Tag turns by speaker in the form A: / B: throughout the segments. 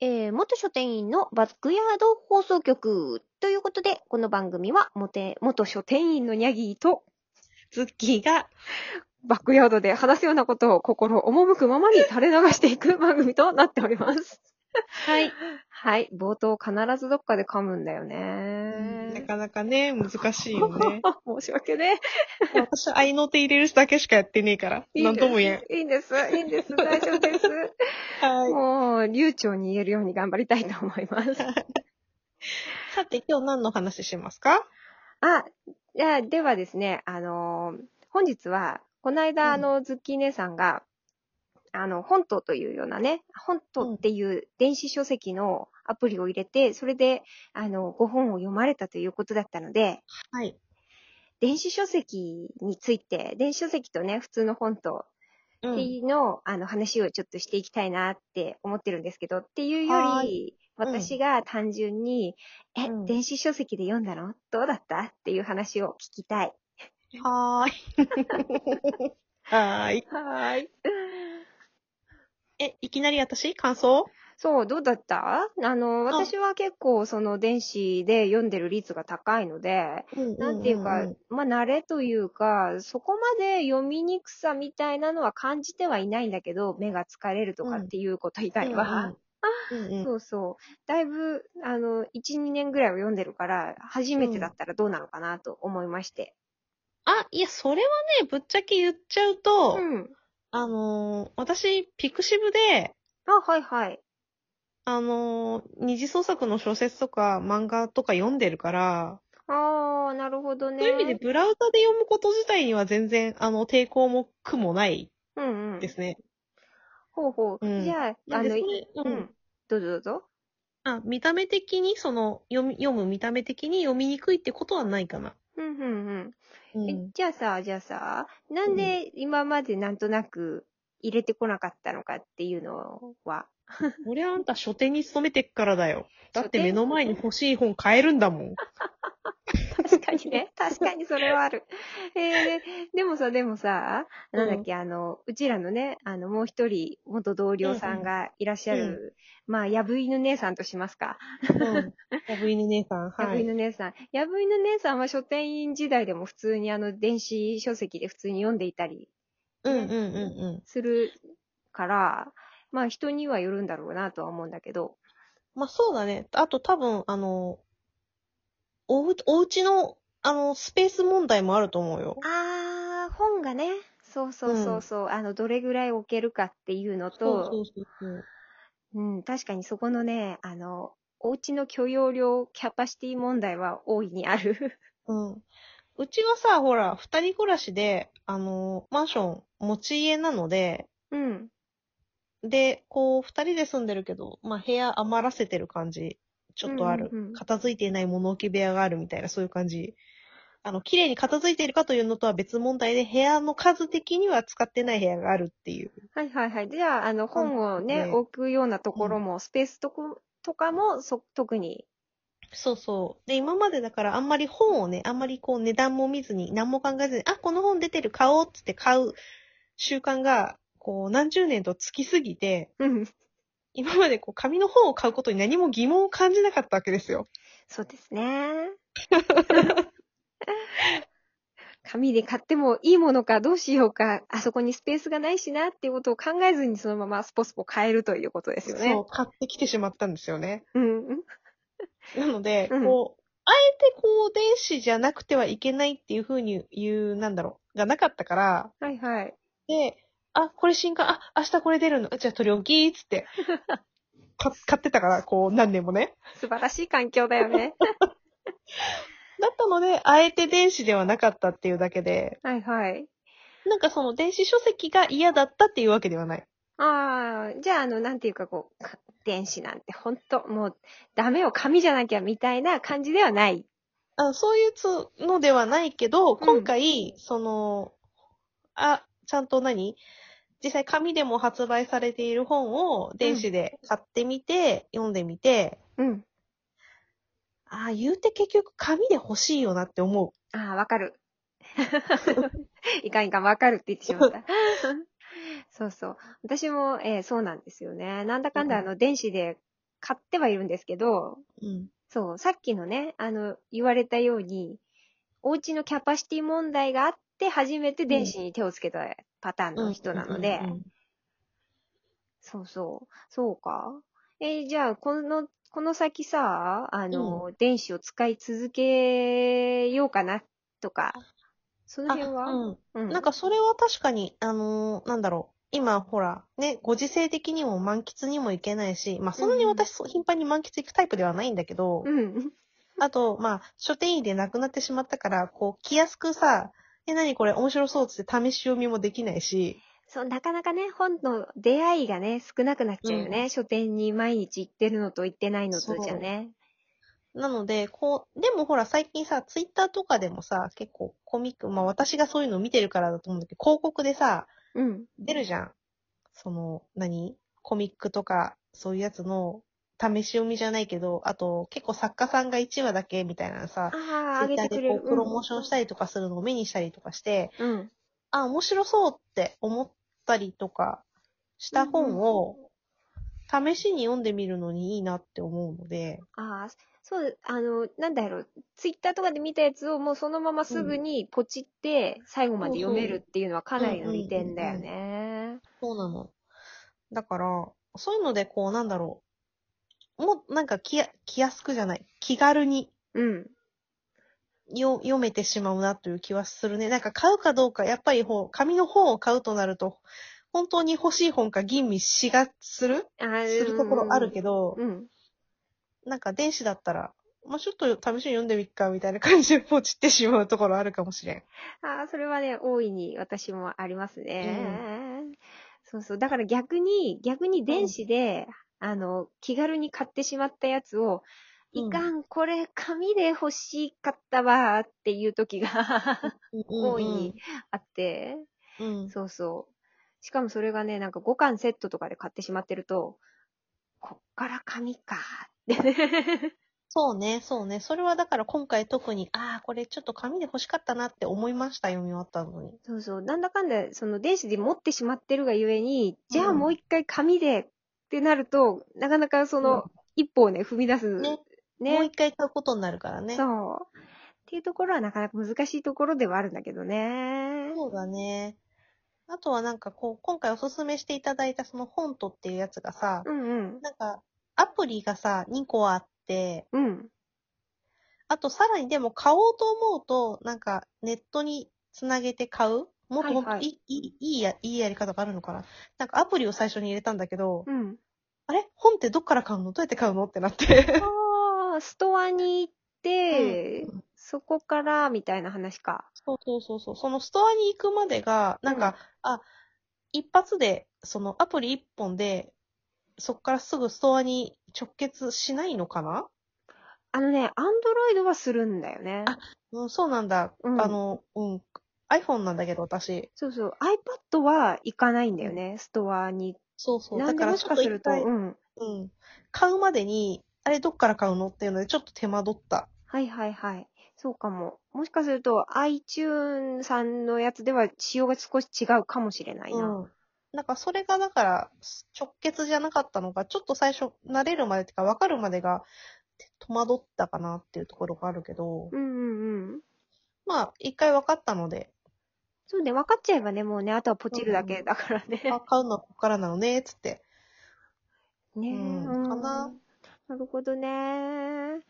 A: えー元書店員のバックヤード放送局ということで、この番組は、もて元書店員のニャギーと、
B: ズッキーが、
A: バックヤードで話すようなことを心赴くままに垂れ流していく番組となっております。
B: はい。
A: はい、冒頭必ずどっかで噛むんだよ
B: な
A: ね。。
B: かなかね、難しいよ ね
A: あ申し訳ね。
B: 私、合いの手入れるだけしかやってねえから、
A: いい
B: なんとも言えん。
A: いいんです、いいんです、大丈夫です。
B: はい。
A: もう、流暢に言えるように頑張りたいと思います。
B: さて、今日何の話しますか
A: あ、いや、ではですね、あのー本日は、この間、あ
B: うん
A: の、ズッキー姉さんが、あの、本島というようなね、本島っていう電子書籍のアプリを入れて、それで、あの、ご本を読まれたということだったので、
B: はい。
A: 電子書籍について、電子書籍とね、普通の本と
B: う
A: って
B: ん。
A: いうのを、あの、話をちょっとしていきたいなって思ってるんですけど、っていうよ
B: は
A: り、
B: うん
A: 私が単純に、え、
B: うん
A: 電子書籍で読んだのどうだったっていう話を聞きたい。
B: はーい。 はーい。
A: はい。
B: え、いきなり私感想
A: そう、どうだったあの、私は結構その電子で読んでる率が高いので、なんていうか、まあ慣れというか、そこまで読みにくさみたいなのは感じてはいないんだけど、目が疲れるとかっていうこと以外は、
B: うんうんうん
A: そうそう。だいぶ、あの、1、2年ぐらいは読んでるから、初めてだったらどうなのかなと思いまして。
B: あ、いや、それはね、ぶっちゃけ言っちゃうと、
A: うん。
B: あのー私、ピクシブで、
A: あ、はいはい。
B: あのー二次創作の小説とか漫画とか読んでるから、
A: あー、なるほどね。
B: そういう意味でブラウザで読むこと自体には全然、あの、抵抗も苦もない
A: うんうん
B: で。すね。
A: ほうほう。
B: うん
A: じゃあ、
B: な
A: あ
B: んで
A: の、
B: それ
A: う
B: うん
A: ん。どうぞどうぞ。
B: あ、見た目的に、その、読み、読む見た目的に読みにくいってことはないかな。
A: うんうん
B: う
A: うん。え
B: ん。
A: じゃあさ、じゃあさ、なんで今までなんとなく入れてこなかったのかっていうのは。
B: 俺あんた書店に勤めてっからだよ。だって
A: 書店
B: 目の前に欲しい本買えるんだもん。
A: 確かにね。確かにそれはある。えー、でもさ、でもさ、なんだっけ、あの、うちらのね、あの、もう一人、元同僚さんがいらっしゃる、
B: うんう
A: まあ、やぶ犬姉さんとしますか。
B: うん。やぶ犬姉さん、
A: や
B: は
A: ぶ
B: い。
A: 犬姉さん。やぶ犬姉さんは書店員時代でも普通にあの、電子書籍で普通に読んでいたり
B: うんうんうんうん。
A: するから、まあ、人にはよるんだろうなとは思うんだけど。
B: まあ、そうだね。あと多分、あの、おう、お家の、あの、スペース問題もあると思うよ。
A: あー、本がね、そうそうそうそう、あの、どれぐらい置けるかっていうのと、
B: そうそうそう。
A: うん、確かにそこのね、あの、お家の許容量、キャパシティ問題は大いにある。
B: うん。うちはさ、ほら、二人暮らしで、あの、マンション、持ち家なので、
A: うん。
B: で、こう、二人で住んでるけど、まあ、部屋余らせてる感じ、ちょっとある。
A: うんうんうん
B: 片付いていない物置部屋があるみたいな、そういう感じ。あの、綺麗に片付いているかというのとは別問題で、部屋の数的には使ってない部屋があるっていう。
A: はいはいはい。じゃあ、あの、本をね、
B: ね
A: 置くようなところも、スペースとことかも、そ、特に。
B: そうそう。で、今までだからあんまり本をね、あんまりこう値段も見ずに、何も考えずに、あ、この本出てる、買おうっつって買う習慣が、こう何十年とつきすぎて、
A: うん。
B: 今までこう紙の本を買うことに何も疑問を感じなかったわけですよ。
A: そうですね。 紙で買ってもいいものかどうしようか、あそこにスペースがないしなっていうことを考えずにそのままスポスポ買えるということですよね。
B: そう、買ってきてしまったんですよね。
A: う。うん。
B: なので、
A: うん
B: こう、あえてこう電子じゃなくてはいけないっていうふうに言う、なんだろう、がなかったから、
A: はいはい。
B: で、あ、これ新刊、あ、明日これ出るの、じゃあ取り置きっ つって、か買ってたから、こう何年もね。
A: 素晴らしい環境だよ ね。
B: だったので、あえて電子ではなかったっていうだけで、
A: はいはい。
B: なんかその電子書籍が嫌だったっていうわけではない。
A: ああ、じゃあ、あの、なんていうか、こう、か電子なんて、ほんと、もう、ダメよ、紙じゃなきゃ、みたいな感じではない。
B: あそういうつのではないけど、今回、その、あ、ちゃんと何実際紙でも発売されている本を電子で買ってみて、読んでみて、
A: うん。
B: ああ、言うて結局紙で欲しいよなって思う。
A: ああ、わか る。 いかんいかん、わかるって言ってしま った。そうそう。私も、えーそうなんですよね。なんだかんだ、あの、電子で買ってはいるんですけど、
B: うん。
A: そう、さっきのね、あの、言われたように、お家のキャパシティ問題があって、初めて電子に手をつけたパターンの人なので、
B: うんうんうんうん
A: そうそう、そうか。えーじゃあ、この、この先さ、あの、電子を使い続けようかな、とか、その辺は、
B: あ
A: う
B: うんん。なんかそれは確かに、あのーなんだろう。今、ほら、ね、ご時世的にも満喫にも行けないし、まあ、そんなに私、そう頻繁に満喫行くタイプではないんだけど、
A: うん。
B: あと、まあ、書店員でなくなってしまったから、こう、気安くさ、え、何これ面白そうっつって試し読みもできないし、
A: そう、なかなかね、本の出会いがね、少なくなっちゃうよね。書店に毎日行ってるのと行ってないのとじゃね。
B: なので、こう、でもほら、最近さ、ツイッターとかでもさ、結構コミック、まあ私がそういうの見てるからだと思うんだけど、広告でさ、
A: うん。
B: 出るじゃん。その、何コミックとか、そういうやつの、試し読みじゃないけど、あと、結構作家さんが1話だけみたいなのさ、
A: ああ、
B: ツ
A: あ
B: イ
A: げ
B: ッタ
A: て
B: ー
A: く
B: で
A: れ
B: こ
A: る。
B: う、プロモーションしたりとかするのを目にしたりとかして、
A: うん。
B: あ、面白そうって思ったりとかした本を、試しに読んでみるのにいいなって思うので、
A: ああ、そう、あの、なんだろう、ツイッターとかで見たやつをもうそのまますぐにポチって最後まで読めるっていうのはかなりの利点だよね。
B: そうなの。だから、そういうので、こう、なんだろう。もう、なんか気や、気安くじゃない。気軽に
A: うん。
B: よ読めてしまうなという気はするね。なんか買うかどうか、やっぱりほう紙の本を買うとなると、本当に欲しい本か吟味しがする
A: あ
B: す
A: ー
B: るところあるけど、
A: うん。
B: なんか電子だったら、もうちょっと試しに読んでみっか、みたいな感じでポチってしまうところあるかもしれん。
A: ああ、それはね、大いに私もありますね。そうそう。だから逆に、逆に電子で、あの、気軽に買ってしまったやつを、
B: うん
A: いかん、これ紙で欲しかったわーっていう時が 大いにあって、
B: うん。うん。
A: そうそう。しかもそれがね、なんか5巻セットとかで買ってしまってると、こっから紙か ーって。
B: そうね、そうね。それはだから今回特に、ああ、これちょっと紙で欲しかったなって思いました、読み終わったのに。
A: そうそう。なんだかんだ、その電子で持ってしまってるがゆえに、じゃあ
B: うん
A: もう一回紙でってなると、なかなかその
B: う
A: 一歩をね、踏み出す。
B: ね
A: ね。
B: もう一回買うことになるからね。
A: そう。っていうところはなかなか難しいところではあるんだけどね。
B: そうだね。あとはなんかこう、今回おすすめしていただいたその本とっていうやつがさ、
A: うんうん。
B: なんかアプリがさ、2個あって、
A: うん。
B: あとさらにでも買おうと思うと、なんかネットにつなげて買うもっとほんと
A: はいはい
B: いい、いい、いいや、いいやり方があるのかななんかアプリを最初に入れたんだけど、
A: うん。
B: あれ本ってどっから買うのどうやって買うのってなって。
A: ああ、ストアに行って、そこから、みたいな話か。
B: そうそうそうそう。そのストアに行くまでが、なんか、あ、一発で、そのアプリ一本で、そこからすぐストアに直結しないのかな
A: あのね、アンドロイドはするんだよね。
B: あうん、そうなんだ。
A: うん
B: あの、うん。iPhone なんだけど、私。
A: そうそう。iPad は行かないんだよね、ストアに。
B: そうそう。
A: な
B: だ
A: んで
B: から
A: も
B: ち
A: し
B: ょっ
A: か
B: と
A: す
B: 一
A: ると、
B: 回、
A: うん。
B: うん。買うまでに、あれどっから買うのっていうので、ちょっと手間取った。
A: はいはいはい。そうかも。もしかすると iTune さんのやつでは仕様が少し違うかもしれないな。
B: うん。なんかそれがだから直結じゃなかったのが、ちょっと最初慣れるまでっていうか分かるまでが戸惑ったかなっていうところがあるけど、
A: うんうんうん。
B: まあ一回分かったので、
A: そうね、分かっちゃえばね、もうね、あとはポチるだけだからね。
B: あ、買うのはここからなのね、つって。
A: ねえ、
B: うんかな
A: なるほどね。ね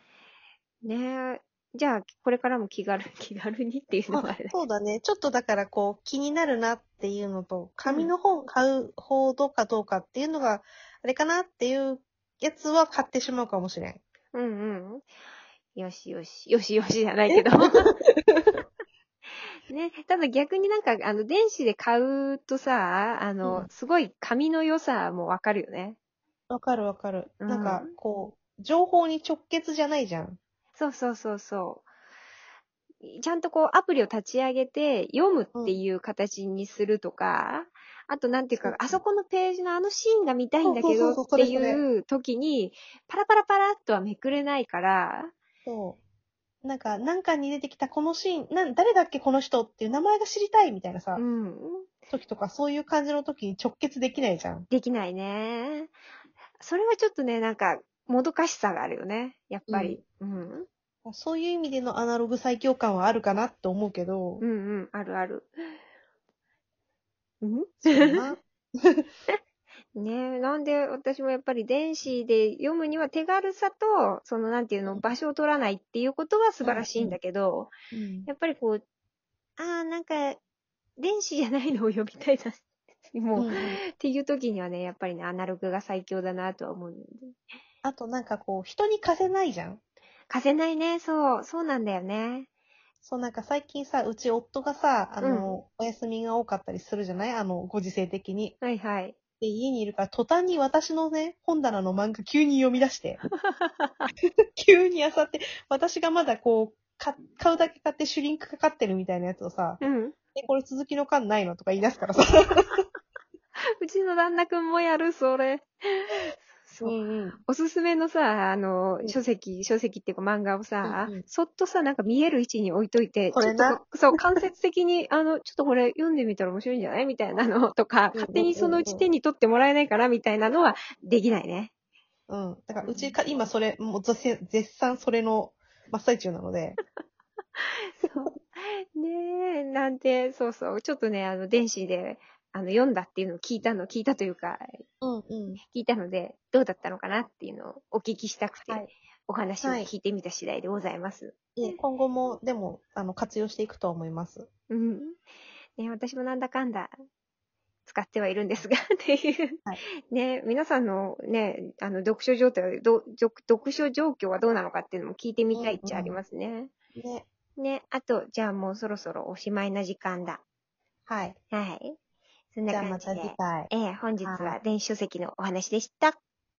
A: え。じゃあ、これからも気軽、気軽にっていうのが
B: ま
A: あ
B: あ
A: れだ。
B: そうだね。ちょっとだからこう気になるなっていうのと、紙の本買うほどかどうかっていうのが、あれかなっていうやつは買ってしまうかもしれん。
A: うんうん。よしよし、よしよしじゃないけど。 ね、ただ逆になんか、あの、電子で買うとさ、あの、
B: うん
A: すごい紙の良さもわかるよね。
B: わかるわかる。
A: うん
B: なんかこう、情報に直結じゃないじゃん。
A: そうそうそうそう。ちゃんとこう、アプリを立ち上げて、読むっていう形にするとか、あとなんていう
B: うん
A: か、あそこのページのあのシーンが見たいんだけ
B: そ
A: ど
B: うそう
A: っ
B: そうそ
A: て
B: れそれ
A: いう時に、パラパラパラっとはめくれないから、
B: そう。なんか、なんかに出てきたこのシーン、なん誰だっけこの人っていう名前が知りたいみたいなさ、
A: うん。
B: 時とか、そういう感じの時に直結できないじゃん。
A: できないね。それはちょっとね、なんか、もどかしさがあるよね。やっぱり。うん。
B: そういう意味でのアナログ最強感はあるかなって思うけど
A: う、んうん。あるある。うん
B: そうな
A: ねえ、なんで私もやっぱり電子で読むには手軽さと、そのなんていう
B: う
A: の、
B: ん
A: 場所を取らないっていうことは素晴らしいんだけど、
B: うん
A: やっぱりこう、ああ、なんか、電子じゃないのを読みたいな、もう、
B: うん
A: っていう時にはね、やっぱりね、アナログが最強だなとは思うんで。
B: あとなんかこう、人に貸せないじゃん。
A: 貸せないね、そう、そうなんだよね。
B: そうなんか最近さ、うち夫がさ、あの、お休みが多かったりするじゃないあの、ご時世的に。
A: はいはい。
B: で、家にいるから、途端に私のね、本棚の漫画急に読み出 して。急にあさって、私がまだこう、か買うだけ買ってシュリンクかかってるみたいなやつをさ、
A: うん。
B: え、これ続きの缶ないのとか言い出すからさ。
A: うちの旦那くんもやる、それ。そう。
B: んうん。
A: おすすめのさ、あの
B: う、ん
A: 書籍、書籍っていうか漫画をさ、
B: うんうん
A: そっとさ、なんか見える位置に置いといて、
B: これな
A: ちょっと、そう、間接的に、 あの、ちょっとこれ読んでみたら面白いんじゃないみたいなのとか、勝手にそのうち手に取ってもらえないからみたいなのはできないね。
B: うん。だから、うちか、今それ、もう絶絶賛それの真っ最中なので。
A: そう。ねえ、なんて、そうそう、ちょっとね、あの、電子で、あの、読んだっていうのを聞いたの、聞いたというか、
B: うんうん。
A: 聞いたので、どうだったのかなっていうのをお聞きしたくて、
B: はい
A: お話を
B: はい
A: 聞いてみた次第でございます。
B: いえ今後も、でも、あの、活用していくと思います。
A: うん。ね、私もなんだかんだ使ってはいるんですが、 っていう。
B: はい
A: ね、皆さんのね、あの、読書状態はど読、読書状況はどうなのかっていうのも聞いてみたいっちゃありますね。
B: ね。
A: ね、あと、じゃあもうそろそろおしまいな時間だ。
B: はい。
A: はい。そん
B: じ
A: な
B: ゃあ
A: 感
B: ま
A: じで。
B: た次回。
A: ええ、本日
B: は
A: は電子書籍のお話でした。